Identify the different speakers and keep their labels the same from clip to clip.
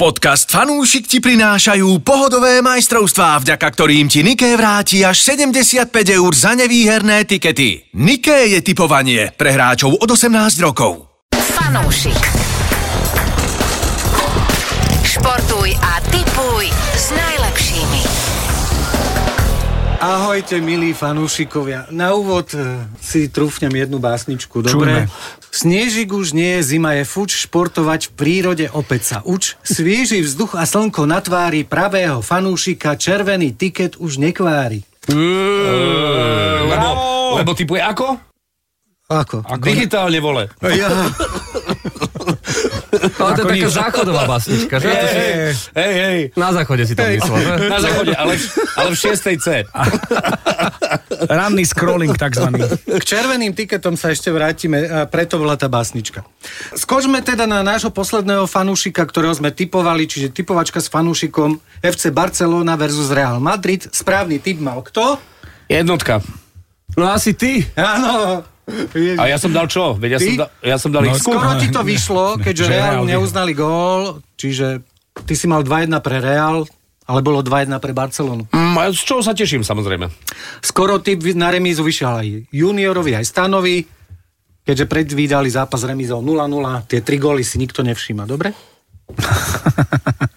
Speaker 1: Podcast Fanúšik ti prinášajú pohodové majstrovstvá, vďaka ktorým ti Niké vráti až 75 eur za nevýherné tikety. Niké je typovanie pre hráčov od 18 rokov.
Speaker 2: Fanúšik. Športuj a tipuj s najlepšími.
Speaker 3: Ahojte, milí fanúšikovia. Na úvod eh, si trúfnem jednu básničku, dobre? Snežik už nie je, zima je fuč, športovať v prírode opäť sa uč. Svieži vzduch a slnko na tvári pravého fanúšika, červený tiket už nekvári.
Speaker 4: Lebo, lebo typuje ako?
Speaker 3: Ako?
Speaker 4: Digitálne vole.
Speaker 3: Ja,
Speaker 5: Ale to je taká záchodová básnička, že? To si-
Speaker 4: Hej, hej, hej.
Speaker 5: Na záchode si to myslel, že?
Speaker 4: Na záchode, ale, v- ale v 6. C.
Speaker 6: Ranný scrolling takzvaný.
Speaker 3: k červeným tiketom sa ešte vrátime, a preto bola tá básnička. Skočme teda na nášho posledného fanúšika, ktorého sme typovali, čiže typovačka s fanúšikom FC Barcelona versus Real Madrid. Správny typ mal kto?
Speaker 4: Jednotka.
Speaker 5: No asi ty.
Speaker 3: Áno.
Speaker 4: A ja som dal čo? Veď ja
Speaker 3: Ty?
Speaker 4: som, da, ja som dal
Speaker 6: No,
Speaker 4: no, x
Speaker 3: Skoro ti to
Speaker 6: Ne,
Speaker 3: vyšlo,
Speaker 6: ne,
Speaker 3: keďže
Speaker 6: že
Speaker 3: Real
Speaker 6: Real vyhral.
Speaker 3: neuznali gól, čiže ty si mal 2-1 pre Real, ale bolo 2-1 pre Barcelonu.
Speaker 4: Mm, Z čoho sa teším, samozrejme.
Speaker 3: Skoro ty vy- na remízu vyšiel aj juniorovi, aj stanovi, keďže predvídali zápas remízou 0-0, tie tri góly si nikto nevšíma, dobre?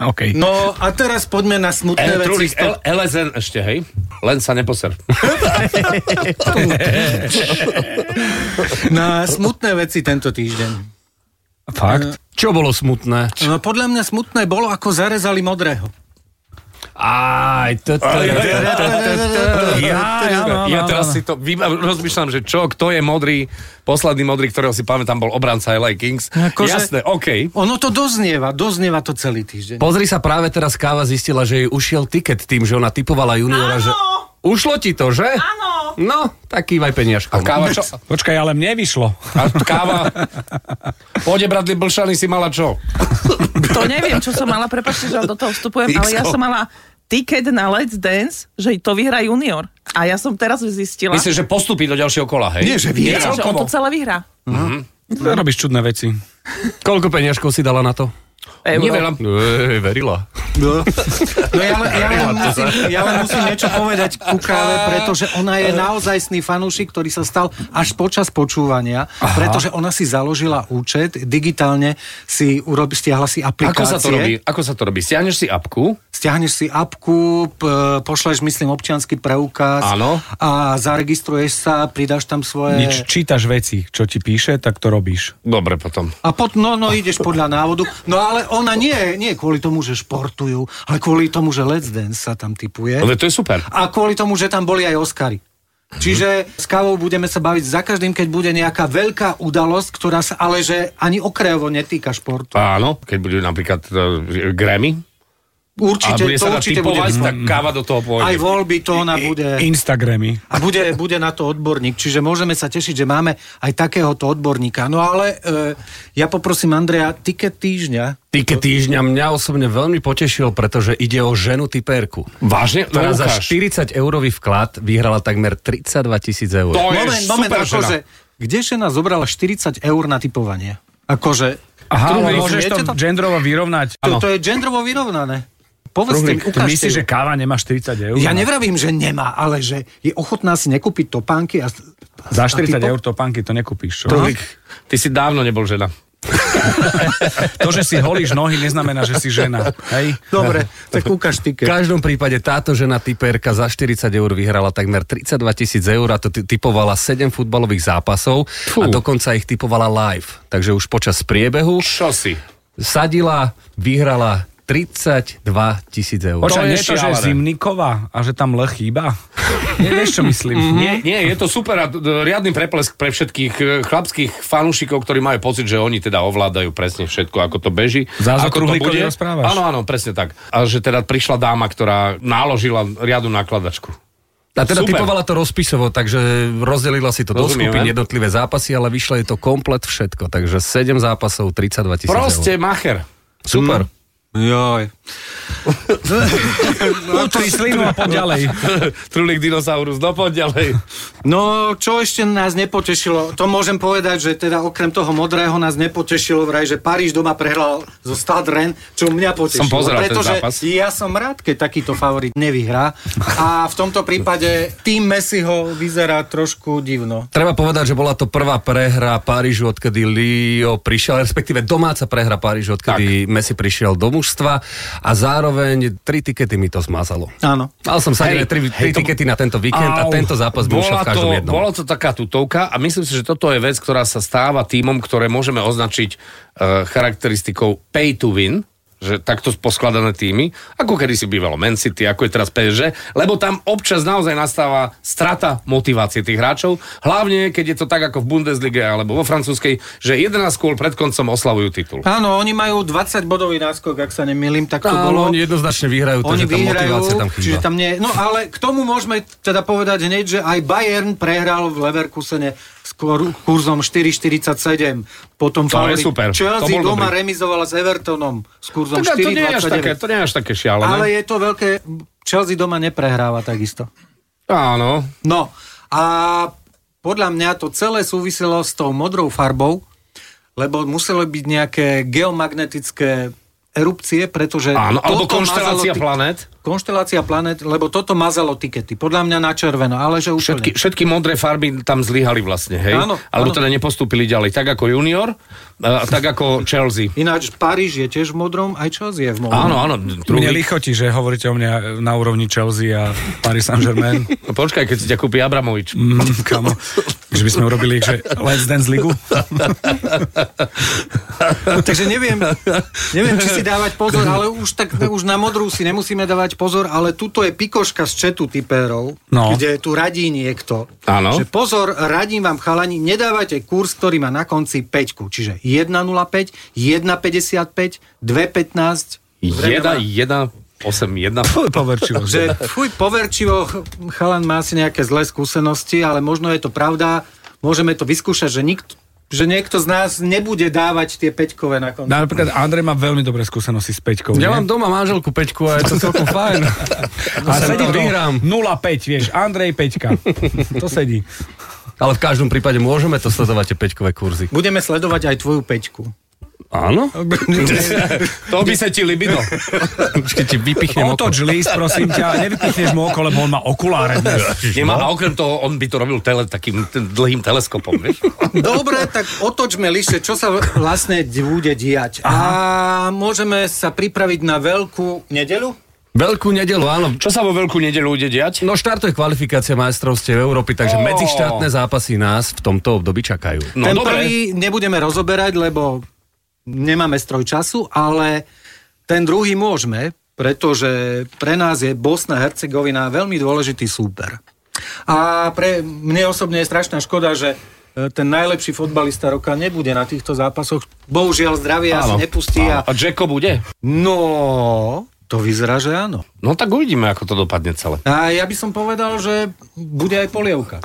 Speaker 6: OK.
Speaker 3: No a teraz poďme na smutné veci.
Speaker 4: L, Trulik, L, LSN ešte, hej? Len sa neposer.
Speaker 3: Na smutné veci tento týždeň.
Speaker 6: Fakt?
Speaker 5: Čo bolo smutné?
Speaker 3: No, podľa mňa smutné bolo, ako zarezali modrého.
Speaker 5: Aj, to, to, to, to, to, to.
Speaker 4: ja teraz si to vybav, rozmýšľam, že čo, kto je modrý, posledný modrý, ktorého si pamätám, bol obranca LA Kings.
Speaker 3: Akože-
Speaker 4: Jasné, OK.
Speaker 3: Ono to doznieva, doznieva to celý týždeň.
Speaker 5: Pozri sa, práve teraz Káva zistila, že jej ušiel tiket tým, že ona typovala juniora, že... Ušlo ti to, že? Áno. No, tak kývaj no.
Speaker 4: A
Speaker 5: peniažkom.
Speaker 4: káva čo?
Speaker 6: Počkaj, ale mne vyšlo.
Speaker 4: A káva? Pôjde, bratli, blšany si mala čo?
Speaker 7: To neviem, čo som mala, prepáčte, že do toho vstupujem, ale ja som mala ticket na Let's Dance, že to vyhrá junior. A ja som teraz zistila,
Speaker 4: Myslím, že postupí do ďalšieho kola, hej?
Speaker 3: Nie, že
Speaker 7: nie,
Speaker 3: vyhral.
Speaker 7: že on to celé vyhrá.
Speaker 6: Robíš čudné veci.
Speaker 5: Koľko peniažkov si dala na to?
Speaker 4: Neveľa.
Speaker 5: Ej, verila.
Speaker 3: No, no ja, len, ja, len musím, ja len musím niečo povedať ku káve, pretože ona je naozajstný fanúšik, ktorý sa stal až počas počúvania, Aha. pretože ona si založila účet, digitálne si urobi, stiahla si
Speaker 4: Ako
Speaker 3: aplikácie.
Speaker 4: sa to robí? Ako sa to robí? Stiahneš si apku,
Speaker 3: Stiahneš si apku, p- pošleš, myslím, občianský preukaz
Speaker 4: Áno.
Speaker 3: a zaregistruješ sa, pridáš tam svoje...
Speaker 6: Nič, čítaš veci, čo ti píše, tak to robíš.
Speaker 4: dobre potom.
Speaker 3: A pot, no, no, ideš podľa návodu. No ale ona nie, nie kvôli tomu, že športujú, ale kvôli tomu, že Let's Dance sa tam typuje.
Speaker 4: Ale No, to je super.
Speaker 3: A kvôli tomu, že tam boli aj Oscary. Čiže s kávou budeme sa baviť za každým, keď bude nejaká veľká udalosť, ktorá sa ale že ani okrajovo netýka športu.
Speaker 4: Áno, keď budú napríklad uh, Grammy, a
Speaker 3: Určite,
Speaker 4: bude
Speaker 3: to
Speaker 4: sa dať
Speaker 3: určite bude.
Speaker 4: typovať, tak káva do toho pôjde.
Speaker 3: Aj voľby to ona bude.
Speaker 6: Instagramy.
Speaker 3: A bude, bude na to odborník, čiže môžeme sa tešiť, že máme aj takéhoto odborníka. No ale e, ja poprosím Andreja, tiket týždňa.
Speaker 5: Tiket týždňa mňa osobne veľmi potešil, pretože ide o ženu typerku.
Speaker 4: Vážne?
Speaker 5: ktorá
Speaker 4: No,
Speaker 5: za
Speaker 4: ukáž.
Speaker 5: 40 eurový vklad vyhrala takmer 32 tisíc eur.
Speaker 4: To je
Speaker 3: moment, moment,
Speaker 4: super žena.
Speaker 3: akože, kde žena zobrala 40 eur na typovanie? Akože,
Speaker 6: Aha, ale
Speaker 3: Truhli,
Speaker 6: môžeš
Speaker 3: rozumiete
Speaker 6: to gendrovo vyrovnať.
Speaker 3: To, to je genderovo vyrovnané. Povedzte mi,
Speaker 6: Truhlík,
Speaker 3: ukážte
Speaker 6: myslíš,
Speaker 3: ju.
Speaker 6: že káva nemá 40 eur?
Speaker 3: Ja nevravím, že nemá, ale že je ochotná si nekúpiť topánky a... a
Speaker 6: Za 40
Speaker 3: typo-
Speaker 6: eur to panky to nekúpíš, čo?
Speaker 4: Trulik, ty si dávno nebol žena.
Speaker 6: To, že si holíš nohy, neznamená, že si žena. Hej?
Speaker 3: Dobre, tak ukáž
Speaker 5: V
Speaker 3: tiket.
Speaker 5: každom prípade táto žena typerka za 40 eur vyhrala takmer 32 tisíc eur a to ty- typovala 7 futbalových zápasov a dokonca ich typovala live. Takže už počas priebehu
Speaker 4: Čo si?
Speaker 5: sadila, vyhrala 32 tisíc eur.
Speaker 4: Počkaj,
Speaker 6: Počkaj,
Speaker 4: je
Speaker 6: nie to, že
Speaker 4: šialené.
Speaker 6: zimníková a že tam le chýba. Nie, vieš, čo myslím?
Speaker 4: Nie, nie, je to super a d- riadny preplesk pre všetkých e, chlapských fanúšikov, ktorí majú pocit, že oni teda ovládajú presne všetko, ako to beží.
Speaker 6: Zás
Speaker 4: ako
Speaker 6: o
Speaker 4: to
Speaker 6: Truhlíkovi rozprávaš.
Speaker 4: Áno, áno, presne tak. A že teda prišla dáma, ktorá náložila riadu nakladačku.
Speaker 5: A teda
Speaker 4: Super.
Speaker 5: typovala to rozpisovo, takže rozdelila si to do
Speaker 4: Rozumiem,
Speaker 5: skupín
Speaker 4: ne?
Speaker 5: jednotlivé zápasy, ale vyšlo jej to komplet všetko. Takže 7 zápasov, 32 tisíc eur.
Speaker 4: Proste macher.
Speaker 5: Super.
Speaker 3: Joj.
Speaker 6: Utri slinu a poď ďalej.
Speaker 4: Trulík dinosaurus, no poď ďalej.
Speaker 3: No, čo ešte nás nepotešilo, to môžem povedať, že teda okrem toho modrého nás nepotešilo vraj, že Paríž doma prehral zo Stade Rennes, čo mňa potešilo.
Speaker 4: Som pozeral ten
Speaker 3: pretože
Speaker 4: zápas.
Speaker 3: ja som rád, keď takýto favorit nevyhrá. A v tomto prípade tým Messiho vyzerá trošku divno.
Speaker 5: Treba povedať, že bola to prvá prehra Parížu, odkedy Lio prišiel, respektíve domáca prehra Parížu, odkedy tak. Messi prišiel do mužstva a zároveň tri tikety mi to zmazalo.
Speaker 3: Áno.
Speaker 5: Mal som sa tri, tri
Speaker 4: hej, to-
Speaker 5: tikety na tento víkend a
Speaker 4: Au.
Speaker 5: tento zápas by ušiel
Speaker 4: Bola
Speaker 5: v každom
Speaker 4: to,
Speaker 5: jednom.
Speaker 4: Bola to taká tutovka a myslím si, že toto je vec, ktorá sa stáva týmom, ktoré môžeme označiť uh, charakteristikou pay to win, že takto poskladané týmy, ako kedy si bývalo Man City, ako je teraz PSG, lebo tam občas naozaj nastáva strata motivácie tých hráčov, hlavne keď je to tak ako v Bundeslige alebo vo francúzskej, že 11 kôl pred koncom oslavujú titul.
Speaker 3: Áno, oni majú 20 bodový náskok, ak sa nemýlim, tak to bolo.
Speaker 5: Áno, oni jednoznačne vyhrajú,
Speaker 3: Oni
Speaker 5: takže tá
Speaker 3: vyhrajú,
Speaker 5: motivácia tam
Speaker 3: čiže
Speaker 5: chýba.
Speaker 3: tam nie. No ale k tomu môžeme teda povedať hneď, že aj Bayern prehral v Leverkusene s kor- kurzom 4,47. Potom
Speaker 4: To je
Speaker 3: favorit
Speaker 4: super. To
Speaker 3: Chelsea
Speaker 4: bol
Speaker 3: doma
Speaker 4: dobrý.
Speaker 3: remizovala s Evertonom s kurzom
Speaker 4: Tak to nie je až
Speaker 3: 4,29.
Speaker 4: také, to no, nie je až také šialené.
Speaker 3: Ale je to veľké... Chelsea doma neprehráva takisto.
Speaker 4: Áno,
Speaker 3: No a podľa mňa to celé súviselo s tou modrou farbou, lebo muselo byť nejaké geomagnetické erupcie, pretože...
Speaker 4: áno, alebo
Speaker 3: toto
Speaker 4: konštelácia
Speaker 3: mazalo ti-
Speaker 4: planét.
Speaker 3: Konštelácia planet, lebo toto mazalo tikety. Podľa mňa na červeno, ale že úplne.
Speaker 4: Všetky, všetky modré farby tam zlyhali vlastne, hej?
Speaker 3: Áno,
Speaker 4: Alebo
Speaker 3: áno.
Speaker 4: teda nepostúpili ďalej, tak ako junior, a tak ako Chelsea.
Speaker 3: Ináč Paríž je tiež v modrom, aj Chelsea je v modrom.
Speaker 4: Áno, áno,
Speaker 6: Mne
Speaker 4: druhý.
Speaker 6: lichotí, že hovoríte o mňa na úrovni Chelsea a Paris Saint-Germain.
Speaker 4: No Počkaj, keď si ťa kúpi Abramovič.
Speaker 6: Mm, kamo. Že by sme urobili, že Let's Dance Ligu.
Speaker 3: Takže neviem, neviem, či si dávať pozor, ale už, tak, už na modrú si nemusíme dávať pozor, ale tuto je pikoška z četu typérov,
Speaker 6: No.
Speaker 3: kde tu radí niekto.
Speaker 4: Áno.
Speaker 3: Že pozor, radím vám chalani, nedávajte kurz, ktorý má na konci 5, čiže 1,05, 1,55, 2,15,
Speaker 4: 1, 1, 8, 1.
Speaker 6: Poverčivo.
Speaker 3: že fuj, poverčivo, ch- chalan má asi nejaké zlé skúsenosti, ale možno je to pravda, môžeme to vyskúšať, že, nikto, že niekto z nás nebude dávať tie peťkové na konci.
Speaker 6: Napríklad Andrej má veľmi dobré skúsenosti s Peťkou.
Speaker 5: Ja
Speaker 6: nie?
Speaker 5: mám doma manželku Peťku a je to celkom fajn. No,
Speaker 6: A
Speaker 5: sa
Speaker 6: sedí
Speaker 5: to
Speaker 6: to
Speaker 5: vyhrám.
Speaker 6: 0,5, vieš, Andrej Peťka. To sedí.
Speaker 5: Ale v každom prípade môžeme to sledovať tie peťkové kurzy.
Speaker 3: Budeme sledovať aj tvoju peťku.
Speaker 5: Áno?
Speaker 4: To by sa ti libido.
Speaker 5: Keď ti vypichnem oko.
Speaker 6: Otoč list, prosím ťa, nevypichneš mu oko, lebo on má okuláre dnes.
Speaker 4: Nemá,
Speaker 3: No.
Speaker 4: a okrem toho, on by to robil tele, takým t- dlhým teleskopom, vieš?
Speaker 3: Dobre, tak otočme lište, čo sa vlastne d- bude diať. A môžeme sa pripraviť na veľkú nedelu?
Speaker 5: Veľkú nedelu, áno.
Speaker 4: Čo sa vo veľkú nedelu bude diať?
Speaker 5: No štartuje kvalifikácia majstrovstiev Európy, takže
Speaker 4: Ó.
Speaker 5: medzištátne zápasy nás v tomto období čakajú.
Speaker 4: No
Speaker 3: Ten
Speaker 4: dobre.
Speaker 3: prvý nebudeme rozoberať, lebo nemáme stroj času, ale ten druhý môžeme, pretože pre nás je Bosna a Hercegovina veľmi dôležitý súper. A pre mne osobne je strašná škoda, že e, ten najlepší fotbalista roka nebude na týchto zápasoch. Bohužiaľ zdravie asi nepustí.
Speaker 4: áno.
Speaker 3: A...
Speaker 4: A Jacko bude?
Speaker 3: No, to vyzerá, že áno.
Speaker 4: No tak uvidíme, ako to dopadne celé.
Speaker 3: A ja by som povedal, že bude aj polievka.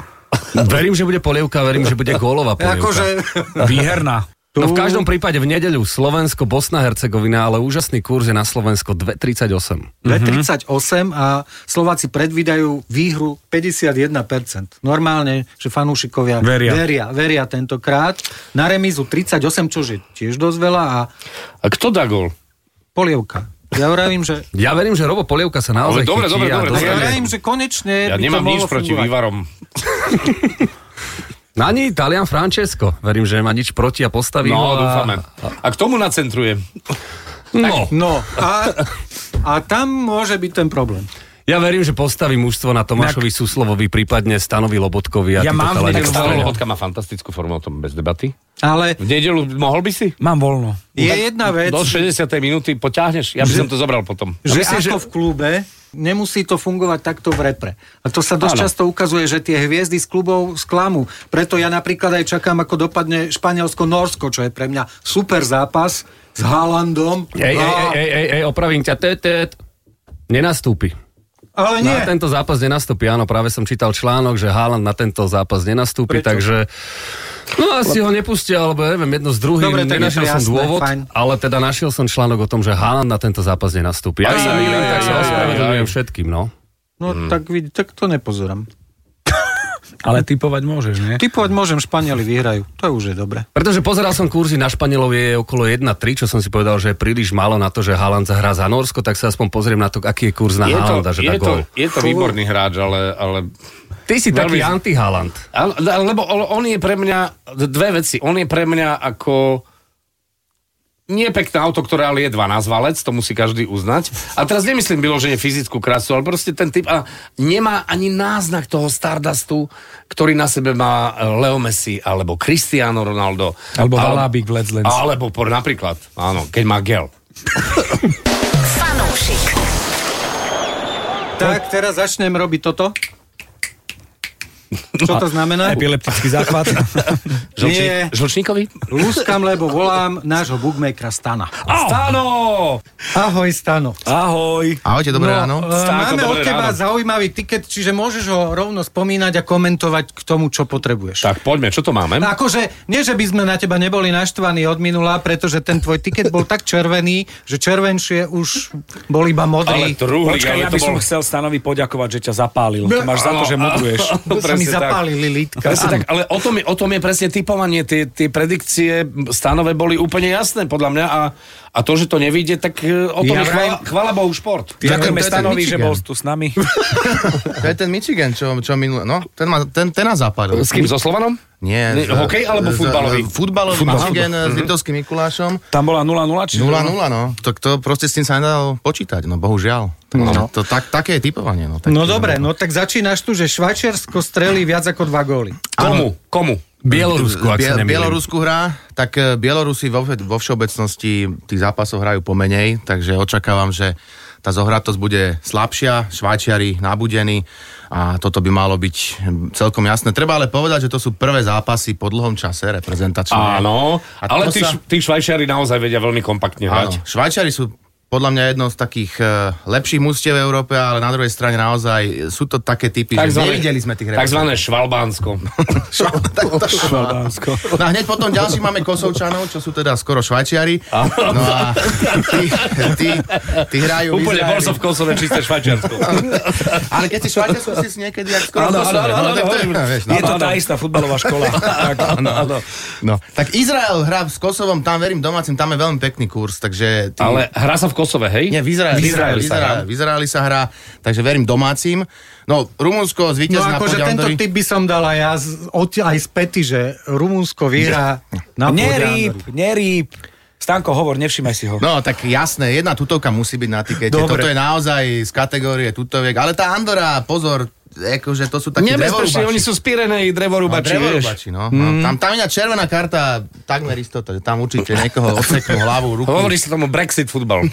Speaker 5: Verím, že bude polievka, verím, že bude gólová polievka.
Speaker 3: Akože...
Speaker 6: Výherná.
Speaker 5: No v každom prípade v nedeľu Slovensko, Bosna, Hercegovina, ale úžasný kurz je na Slovensko 2,38.
Speaker 3: 2,38 a Slováci predvídajú výhru 51%. Normálne, že fanúšikovia
Speaker 6: Veria.
Speaker 3: veria, veria tentokrát. Na remízu 38, čo je tiež dosť veľa a
Speaker 4: A kto dá gol?
Speaker 3: polievka. Ja hovorím, že,
Speaker 5: Ja verím, že Robo Polievka sa naozaj
Speaker 4: Ale dobre,
Speaker 5: chytí
Speaker 4: dobre,
Speaker 5: a
Speaker 4: dobre,
Speaker 3: ja
Speaker 5: dostane-
Speaker 4: dobre.
Speaker 3: hovorím, že konečne
Speaker 4: Ja
Speaker 3: by to
Speaker 4: nemám
Speaker 3: mohlo
Speaker 4: nič proti
Speaker 3: fungovať.
Speaker 4: vývarom.
Speaker 5: No ani Talian Francesco. Verím, že nemá nič proti a postaví ho.
Speaker 4: No,
Speaker 5: a-
Speaker 4: dúfame. A k tomu nacentrujem.
Speaker 5: No,
Speaker 3: No a, a tam môže byť ten problém.
Speaker 5: ja verím, že postaví mužstvo na Tomášovi Suslovovi, prípadne Stanovi Lobotkovi a
Speaker 6: Ja
Speaker 5: títo
Speaker 6: mám v
Speaker 5: chalani,
Speaker 6: nedeľu
Speaker 5: čo
Speaker 4: Karol
Speaker 5: strieľajú.
Speaker 4: Lobotka má fantastickú formu, o tom bez debaty.
Speaker 3: Ale
Speaker 4: V nedelu mohol by si?
Speaker 6: Mám voľno.
Speaker 4: No,
Speaker 3: je jedna vec,
Speaker 4: Do 60. minúty potiahneš? Ja by som to zobral potom.
Speaker 3: že
Speaker 5: myslím,
Speaker 3: ako
Speaker 5: že-
Speaker 3: v klube nemusí to fungovať takto v repre. A to sa dosť
Speaker 4: Áno.
Speaker 3: často ukazuje, že tie hviezdy z klubov sklamú. Preto ja napríklad aj čakám, ako dopadne Španielsko-Norsko, čo je pre mňa super zápas s Haalandom.
Speaker 5: Ej, ej,
Speaker 3: A-
Speaker 5: ej, ej, ej, opravím ťa, tet, tet. Nenastúpi.
Speaker 3: Ale nie.
Speaker 5: Na tento zápas nenastúpi, áno, práve som čítal článok, že Haaland na tento zápas nenastúpi, Prečo? takže... No asi ho nepustia, alebo ja neviem, jedno z druhým,
Speaker 3: Dobre, tak je
Speaker 5: nenašiel
Speaker 3: to
Speaker 5: som
Speaker 3: jasné,
Speaker 5: dôvod,
Speaker 3: fajn.
Speaker 5: ale teda našiel som článok o tom, že Haaland na tento zápas nenastúpi. Ja
Speaker 4: Aj,
Speaker 5: sa
Speaker 4: aj,
Speaker 5: milím,
Speaker 4: aj,
Speaker 5: tak sa
Speaker 4: aj, aj,
Speaker 5: ospravedlňujem všetkým, no.
Speaker 3: No tak, vid- tak to nepozerám.
Speaker 6: Ale typovať môžeš, nie?
Speaker 3: Typovať môžem, Španieli vyhrajú. To už je dobre.
Speaker 5: Pretože pozeral som kurzy na Španielov je okolo 1,3, čo som si povedal, že je príliš málo na to, že Haaland hrá za Norsko, tak sa aspoň pozriem na to, aký je kurz na
Speaker 4: je, to,
Speaker 5: Haalanda, že
Speaker 4: je,
Speaker 5: dá
Speaker 4: to,
Speaker 5: gól.
Speaker 4: je to výborný hráč, ale... ale...
Speaker 5: Ty si
Speaker 4: Veľmi-
Speaker 5: taký anti-Haaland.
Speaker 4: Ale, lebo on je pre mňa, dve veci, on je pre mňa ako nie pekné auto, ktoré ale je 12 valec, to musí každý uznať. A teraz nemyslím vyloženie fyzickú krásu, ale proste ten typ a nemá ani náznak toho Stardustu, ktorý na sebe má e, Leo Messi, alebo Cristiano Ronaldo.
Speaker 6: Alebo Valábik v Let's Dance.
Speaker 4: Alebo por, napríklad, áno, keď má gel.
Speaker 2: Fanúšik.
Speaker 3: Tak, teraz začnem robiť toto. Čo to znamená?
Speaker 6: Epileptický záchvat.
Speaker 3: Nie,
Speaker 4: Žlčníkovi?
Speaker 3: lúskam, lebo volám nášho bookmakera Stana.
Speaker 4: Stano!
Speaker 3: Ahoj, Stano.
Speaker 4: Ahoj.
Speaker 8: Ahojte, dobré ráno.
Speaker 3: E, Máme od
Speaker 4: dobré
Speaker 3: teba
Speaker 4: ráno.
Speaker 3: zaujímavý tiket, čiže môžeš ho rovno spomínať a komentovať k tomu, čo potrebuješ.
Speaker 4: Tak poďme, čo to máme?
Speaker 3: Akože, nie že by sme na teba neboli naštvaní od minula, pretože ten tvoj tiket bol tak červený, že červenšie už bol iba modrý.
Speaker 4: Ale truhlík,
Speaker 6: Počkaj,
Speaker 4: ale
Speaker 6: ja
Speaker 4: to
Speaker 6: by som
Speaker 4: bol...
Speaker 6: chcel Stanovi poďakovať, že ťa zapálil. To máš za to, že moduješ.
Speaker 3: To sa mi
Speaker 4: presne tak.
Speaker 3: zapálili lítka.
Speaker 4: Presne tak, ale o tom, je, o tom je presne typovanie. Tie, tie predikcie stanové boli úplne jasné, podľa mňa. A, a to, že to nevíde, tak e, o tom je
Speaker 8: Ja
Speaker 4: chvala, chvala Bohu šport.
Speaker 6: Ďakujeme
Speaker 8: to je ten
Speaker 6: Stanovi, že
Speaker 8: Michigan.
Speaker 6: bol tu s nami.
Speaker 8: To je ten Michigan, čo, čo minule... No, ten, ma, ten, ten nás zapadol.
Speaker 4: S kým? So Slovanom?
Speaker 8: Nie.
Speaker 4: Ne,
Speaker 8: z-
Speaker 4: hokej alebo
Speaker 8: z-
Speaker 4: futbalový?
Speaker 8: Futbalový
Speaker 4: Futbal,
Speaker 8: Michigan s Liptovským Mikulášom.
Speaker 6: Tam bola 0-0, či?
Speaker 8: 0-0, no. Tak to proste s tým sa nedalo počítať, no bohužiaľ. Tak, no. To, tak, také je typovanie, no. Tak,
Speaker 3: No dobre, no tak začínaš tu, že Švajčiarsko strelí viac ako dva góly.
Speaker 4: Komu? Komu?
Speaker 5: Bielorusku, ak sa
Speaker 8: Bie-
Speaker 5: nemýlim.
Speaker 8: Bielorusku hrá, tak e, Bielorusi vo, vo všeobecnosti tých zápasov hrajú pomenej, takže očakávam, že tá zohratosť bude slabšia, Švajčiari nabudení a toto by malo byť hm, celkom jasné. Treba ale povedať, že to sú prvé zápasy po dlhom čase reprezentačné.
Speaker 4: Áno,
Speaker 8: A to
Speaker 4: ale tí,
Speaker 8: sa-
Speaker 4: š- tí švajčiari naozaj vedia veľmi kompaktne
Speaker 8: Áno,
Speaker 4: hrať.
Speaker 8: Švajčiari sú podľa mňa jedno z takých e, lepších mústiev v Európe, ale na druhej strane naozaj sú to také typy, že nevideli sme tých
Speaker 4: Takzvané Švalbánsko.
Speaker 6: Švaldánsko.
Speaker 8: No a hneď potom ďalší máme Kosovčanov, čo sú teda skoro Švajčiari. No a tí, tí, tí hrajú v
Speaker 4: Úplne, bol
Speaker 8: Izraeli.
Speaker 4: som v Kosove čisté Švajčiarsko.
Speaker 8: Ale keď si Švajčiarsko, si si niekedy jak skoro
Speaker 6: Áno,
Speaker 8: v Kosove.
Speaker 6: áno, áno,
Speaker 8: no, tak to je,
Speaker 6: áno.
Speaker 8: vieš, no.
Speaker 6: Je to tá istá futbalová škola. Tak.
Speaker 8: Áno, áno. No, tak Izrael hrá s Kosovom, tam verím domácim, tam je veľmi pekný kurz, takže... Tým...
Speaker 4: Ale hrá sa v Kosove, hej?
Speaker 8: Nie, v Izraeli,
Speaker 4: V Izraeli
Speaker 8: v
Speaker 4: sa hrá.
Speaker 8: Izraeli, v Izraeli sa hrá, takže verím domácim. No, Rumunsko
Speaker 3: No
Speaker 8: zvíťazná
Speaker 3: akože tento typ by som dala ja z, od, aj z pety, že Rumunsko vyhrá na pôde
Speaker 6: Nerýb,
Speaker 3: Andorry.
Speaker 6: nerýb. Stanko, hovor, nevšimaj si ho.
Speaker 8: No, tak jasné, jedna tutovka musí byť na tikete.
Speaker 3: Dobre.
Speaker 8: Toto je naozaj z kategórie tutoviek. Ale tá Andora, pozor, akože to sú takí
Speaker 4: Nebezpečne,
Speaker 8: drevorúbači.
Speaker 4: oni sú spírené drevorúbači,
Speaker 8: no,
Speaker 4: vieš.
Speaker 8: drevorúbači, no. no. Tam, tam iná červená karta, takmer istota, že tam určite niekoho odseknú hlavu, ruku.
Speaker 4: Hovorí sa tomu Brexit futbal.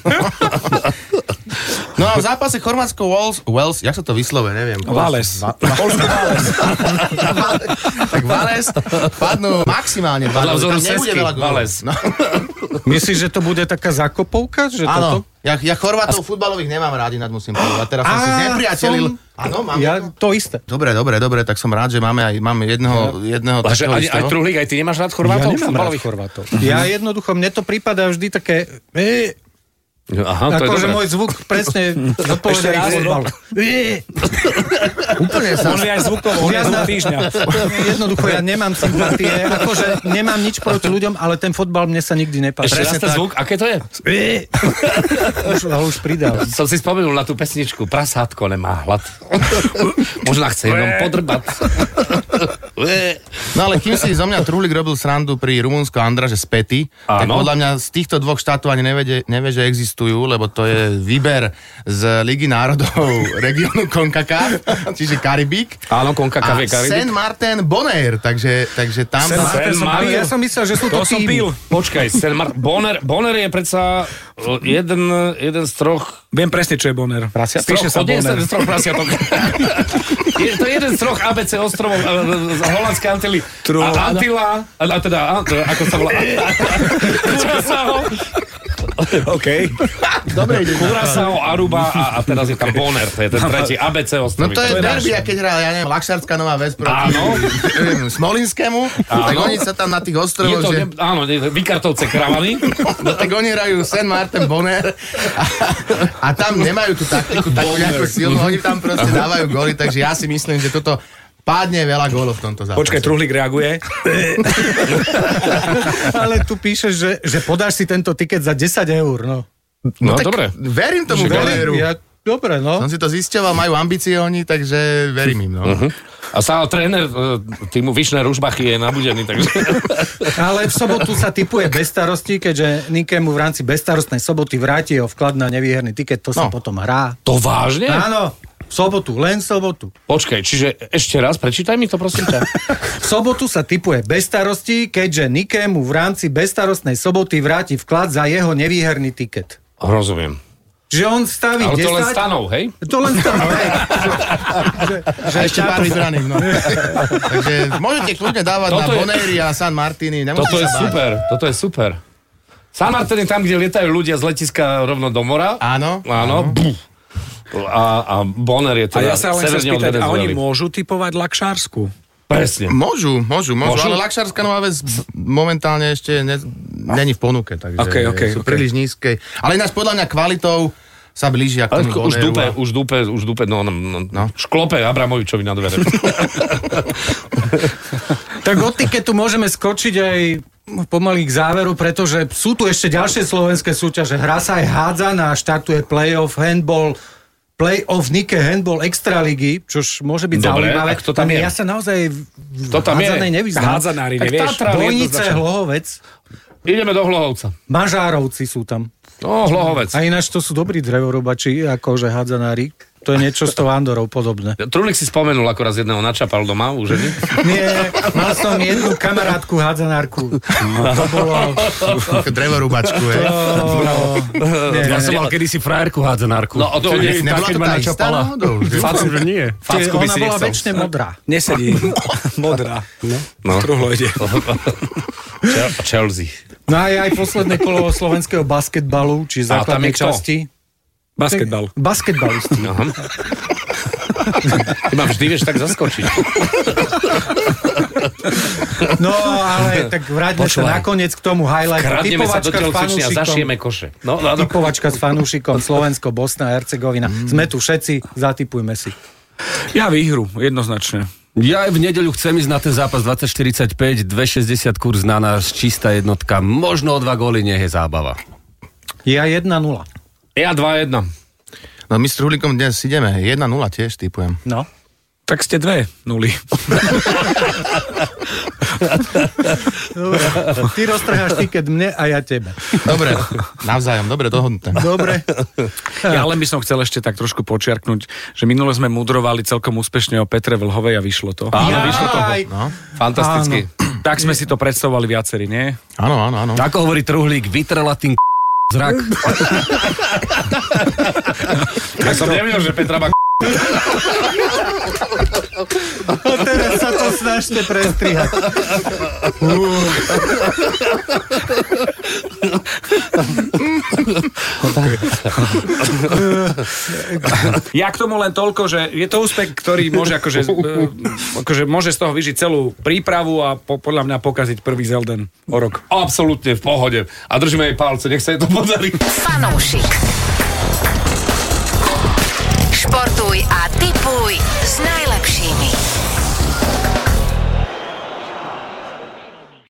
Speaker 8: No a v zápase Chorvátsko Wales, Wales, jak sa to vyslovuje, neviem.
Speaker 4: No,
Speaker 6: Vales.
Speaker 8: Va- tak Vales padnú maximálne dva.
Speaker 4: Podľa
Speaker 8: góly.
Speaker 4: vzoru
Speaker 8: Tam nebude
Speaker 4: Sesky,
Speaker 8: veľa gólov.
Speaker 4: Vales.
Speaker 8: No,
Speaker 3: Myslíš, že to bude taká zakopovka? Že
Speaker 8: áno,
Speaker 3: toto?
Speaker 8: ja, ja Chorvátov futbalových nemám rádi, nad musím povedať. Teraz som si
Speaker 3: Á,
Speaker 8: znepriatelil.
Speaker 3: som-
Speaker 8: Áno, mám.
Speaker 3: Ja, to isté.
Speaker 8: Dobre, dobre, dobre, tak som rád, že máme aj máme jedného, jedného
Speaker 4: A že
Speaker 8: takého
Speaker 4: aj, aj
Speaker 8: istého.
Speaker 4: Truhlík, aj ty nemáš rád
Speaker 3: ja
Speaker 4: Chorvátov?
Speaker 3: nemám rád
Speaker 4: Futbalových?
Speaker 3: Chorvátov. Ja jednoducho, mne to prípada vždy také... E,
Speaker 4: Aha, No to je
Speaker 3: akože
Speaker 4: dobré.
Speaker 3: môj zvuk presne
Speaker 6: Ešte
Speaker 3: zodpovedá ich
Speaker 6: raz,
Speaker 3: futbalu.
Speaker 8: Úplne sa...
Speaker 6: Možno aj zvukovo,
Speaker 3: Ja
Speaker 6: ja
Speaker 3: na-
Speaker 6: týždňa.
Speaker 3: Jednoducho, ja nemám sympatie. Akože nemám nič proti ľuďom, ale ten fotbal mne sa nikdy
Speaker 4: Ešte
Speaker 3: nepáči.
Speaker 4: raz ten zvuk, aké to je?
Speaker 3: Už, ho už pridal.
Speaker 4: Som si spomenul na tú pesničku Prasátko nemá hlad. Možno chce jenom podrbať.
Speaker 8: No ale kým si zo mňa Truhlík robil srandu pri Rumunsko Andra, že späty, tak
Speaker 4: Áno.
Speaker 8: podľa mňa z týchto dvoch štátov ani nevie, nevie, že existujú, lebo to je výber z Ligy národov regiónu Konkaka, čiže Karibík.
Speaker 4: Áno, Konka
Speaker 8: A
Speaker 4: Kavie
Speaker 8: Sen Martin Bonaire, takže, takže tam...
Speaker 6: Sen
Speaker 8: tam
Speaker 6: Martin. som
Speaker 4: Mario.
Speaker 3: Ja som myslel, že sú to,
Speaker 6: To som
Speaker 3: týmy.
Speaker 6: pil.
Speaker 4: Počkaj, Sen Mar- Bonner, Bonner je predsa eh, jeden, jeden z troch
Speaker 6: Viem presne, čo je
Speaker 4: Z
Speaker 6: Bonner.
Speaker 4: troch-
Speaker 6: Píše sa
Speaker 4: od- nie,
Speaker 6: Bonner.
Speaker 4: z troch prasiatok. je, to je jeden z troch ABC ostrovov e, e, z holandskej Antily. A Antila, a, a teda, a, to, ako sa volá? Kurasao.
Speaker 5: OK.
Speaker 8: Dobre ide.
Speaker 4: Curaçao, Aruba a, a teraz je tam Bonaire, to je ten tretí ABC
Speaker 8: No
Speaker 4: ostrovy.
Speaker 8: to je
Speaker 4: náš.
Speaker 8: derby, a keď hrá, ja neviem, Lakšarská nová vec proti
Speaker 4: Áno.
Speaker 8: neviem, Smolinskému, tak oni sa tam na tých
Speaker 4: Je
Speaker 8: ostrovoch,
Speaker 4: to,
Speaker 8: že...
Speaker 4: ne, áno, ne, Vikartovce Kravany.
Speaker 8: No tak oni hrajú San Martin Bonner a, a tam nemajú tú taktiku takú nejakú silnú, oni tam proste dávajú góly, takže ja si myslím, že toto pádne veľa gólov v tomto zápase.
Speaker 6: Počkaj, Truhlík reaguje.
Speaker 3: Ale tu píšeš, že, že podáš si tento tiket za 10 eur, no.
Speaker 4: No,
Speaker 8: tak
Speaker 4: dobre.
Speaker 8: Verím tomu Bonneru.
Speaker 3: Ja, dobre, no.
Speaker 8: Som si to zisťoval, majú ambície oni, takže verím im. No. Uh-huh.
Speaker 4: A stále tréner uh, týmu Vyšné Ružbachy je nabudený, takže...
Speaker 3: Ale v sobotu sa typuje bez starosti, keďže Nikému v rámci bezstarostnej soboty vráti jeho vklad na nevýherný tiket, to sa
Speaker 8: No.
Speaker 3: potom hrá.
Speaker 4: To vážne?
Speaker 3: Áno, v sobotu, len v sobotu.
Speaker 4: Počkaj, čiže ešte raz, prečítaj mi to, prosím ťa.
Speaker 3: V sobotu sa typuje bez starosti, keďže Nikému v rámci bezstarostnej soboty vráti vklad za jeho nevýherný tiket.
Speaker 4: Rozumiem.
Speaker 3: Že on staví
Speaker 4: Ale
Speaker 3: 10...
Speaker 4: to len stanov, hej?
Speaker 3: To len stanov. hej. Že-
Speaker 8: A ešte pár vybraných. No. takže môžete kľudne dávať
Speaker 4: Toto
Speaker 8: na
Speaker 4: je-
Speaker 8: Boneri a San Martini. nemusíte
Speaker 4: Toto je
Speaker 8: sa báť.
Speaker 4: super, toto je super. San Martin je tam, kde lietajú ľudia z letiska rovno do mora.
Speaker 8: Áno.
Speaker 4: Áno. buf. A, a Bonner je
Speaker 6: A
Speaker 4: teda
Speaker 6: ja sa len chcem
Speaker 4: severne od
Speaker 6: spýtať, a
Speaker 4: Venezuely.
Speaker 6: oni môžu typovať Lakšársku?
Speaker 4: Presne.
Speaker 8: Môžu, môžu,
Speaker 4: Môžu?
Speaker 8: môžu, ale Lakšárska nová vec momentálne ešte ne, není v ponuke, takže
Speaker 6: Ok, ok,
Speaker 8: sú
Speaker 6: ok.
Speaker 8: príliš nízke. Ale ináč podľa mňa kvalitou sa blížia k
Speaker 4: Ale
Speaker 8: tomu
Speaker 4: už
Speaker 8: Bonneru
Speaker 4: dupe,
Speaker 8: a-
Speaker 4: už dupe, už dupe, no, no, no, no.
Speaker 8: No.
Speaker 4: šklope Abramovičovi na dvere.
Speaker 3: Tak od tiketu môžeme skočiť aj pomaly k záveru, pretože sú tu ešte ďalšie slovenské súťaže. Hra sa aj hádzaná, štartuje playoff handball, playoff Nike handball extraligy, čož môže byť
Speaker 4: Dobre,
Speaker 3: zaujímavé.
Speaker 4: a kto tam je?
Speaker 3: Ja sa naozaj v
Speaker 4: Kto tam je?
Speaker 3: hádzanej nevyznám.
Speaker 6: Hádzanári,
Speaker 3: Tak
Speaker 6: nevieš?
Speaker 3: Tatra, Bojnice,
Speaker 6: Jednoznačne.
Speaker 3: Hlohovec,
Speaker 4: Ideme do Hlohovca.
Speaker 3: Mažárovci sú tam.
Speaker 4: No, Hlohovec.
Speaker 3: A ináč to sú dobrí drevorubači, akože hádzanári. To je niečo s tou Andorou podobné.
Speaker 4: Trulik si spomenul, ako raz jedného načapal doma u ženy.
Speaker 3: Nie, mal som jednu kamarátku hádzanárku. To bolo...
Speaker 8: Drevorubačku, hej.
Speaker 3: Nie,
Speaker 5: Ja som mal kedysi frajerku hádzanárku.
Speaker 4: No, a to nie-
Speaker 5: Tak,
Speaker 8: nebola
Speaker 5: keď
Speaker 8: to
Speaker 5: ma
Speaker 8: tá istá
Speaker 5: načapala.
Speaker 8: náhodou? že?
Speaker 5: Fácim, že nie.
Speaker 3: Tie,
Speaker 4: Facku by
Speaker 3: ona
Speaker 4: si
Speaker 3: bola
Speaker 4: nechcel.
Speaker 3: väčšine modrá.
Speaker 6: Nesedí. Modrá. No.
Speaker 4: No.
Speaker 6: Truhlo ide.
Speaker 4: Chel- Chelsea.
Speaker 3: No a je aj posledné kolo slovenského basketbalu, či
Speaker 4: A tam je
Speaker 3: základnej
Speaker 4: kto?
Speaker 3: časti.
Speaker 6: Basketbal.
Speaker 3: Basketbalisti.
Speaker 5: No.
Speaker 4: Aha. Ty ma vždy vieš tak zaskočiť.
Speaker 3: No ale tak vráťme sa nakoniec k tomu highlightu.
Speaker 4: Kradneme sa do
Speaker 3: Typovačka s
Speaker 4: tela cvične a
Speaker 3: fanúšikom.
Speaker 4: zašijeme koše. No, no, no.
Speaker 3: Typovačka s fanúšikom Slovensko, Bosna a Hercegovina.
Speaker 4: Mm.
Speaker 3: Sme tu všetci, zatipujme si.
Speaker 6: Ja výhru, jednoznačne.
Speaker 5: Ja aj v nedeľu chcem ísť na ten zápas 2045, 260 kurz na nás, čistá jednotka. Možno o dva góly nech je zábava.
Speaker 3: Ja 1-0.
Speaker 4: Ja 2-1.
Speaker 8: No my s Truhlíkom dnes ideme, 1-0 tiež typujem.
Speaker 3: No.
Speaker 6: Tak ste dve nuly.
Speaker 3: Dobre. Ty roztrháš tiket mne a ja tebe.
Speaker 8: Dobre, navzájom, dobre, dohodnuté.
Speaker 3: Dobre.
Speaker 6: Ja len by som chcel ešte tak trošku počiarknúť, že minule sme mudrovali celkom úspešne o Petre Vlhovej a vyšlo to.
Speaker 4: Áno, vyšlo to.
Speaker 3: Aj.
Speaker 8: No.
Speaker 4: Fantasticky.
Speaker 6: Tak sme si to predstavovali viacerí, nie?
Speaker 8: Áno, áno, áno.
Speaker 5: Ako hovorí Truhlík, vytrela tým k- zrak.
Speaker 4: Ja som nevedel, že Petra má
Speaker 3: A teraz sa to snažte prestrihať.
Speaker 6: Ja k tomu len toľko, že je to úspech, ktorý môže, akože, e, akože môže z toho vyžiť celú prípravu a po, podľa mňa pokaziť prvý Zelden o rok.
Speaker 4: absolútne v pohode. A držíme jej palce, nech sa jej to podarí.
Speaker 2: Fanúšik. Športuj a tipuj s najlepšími.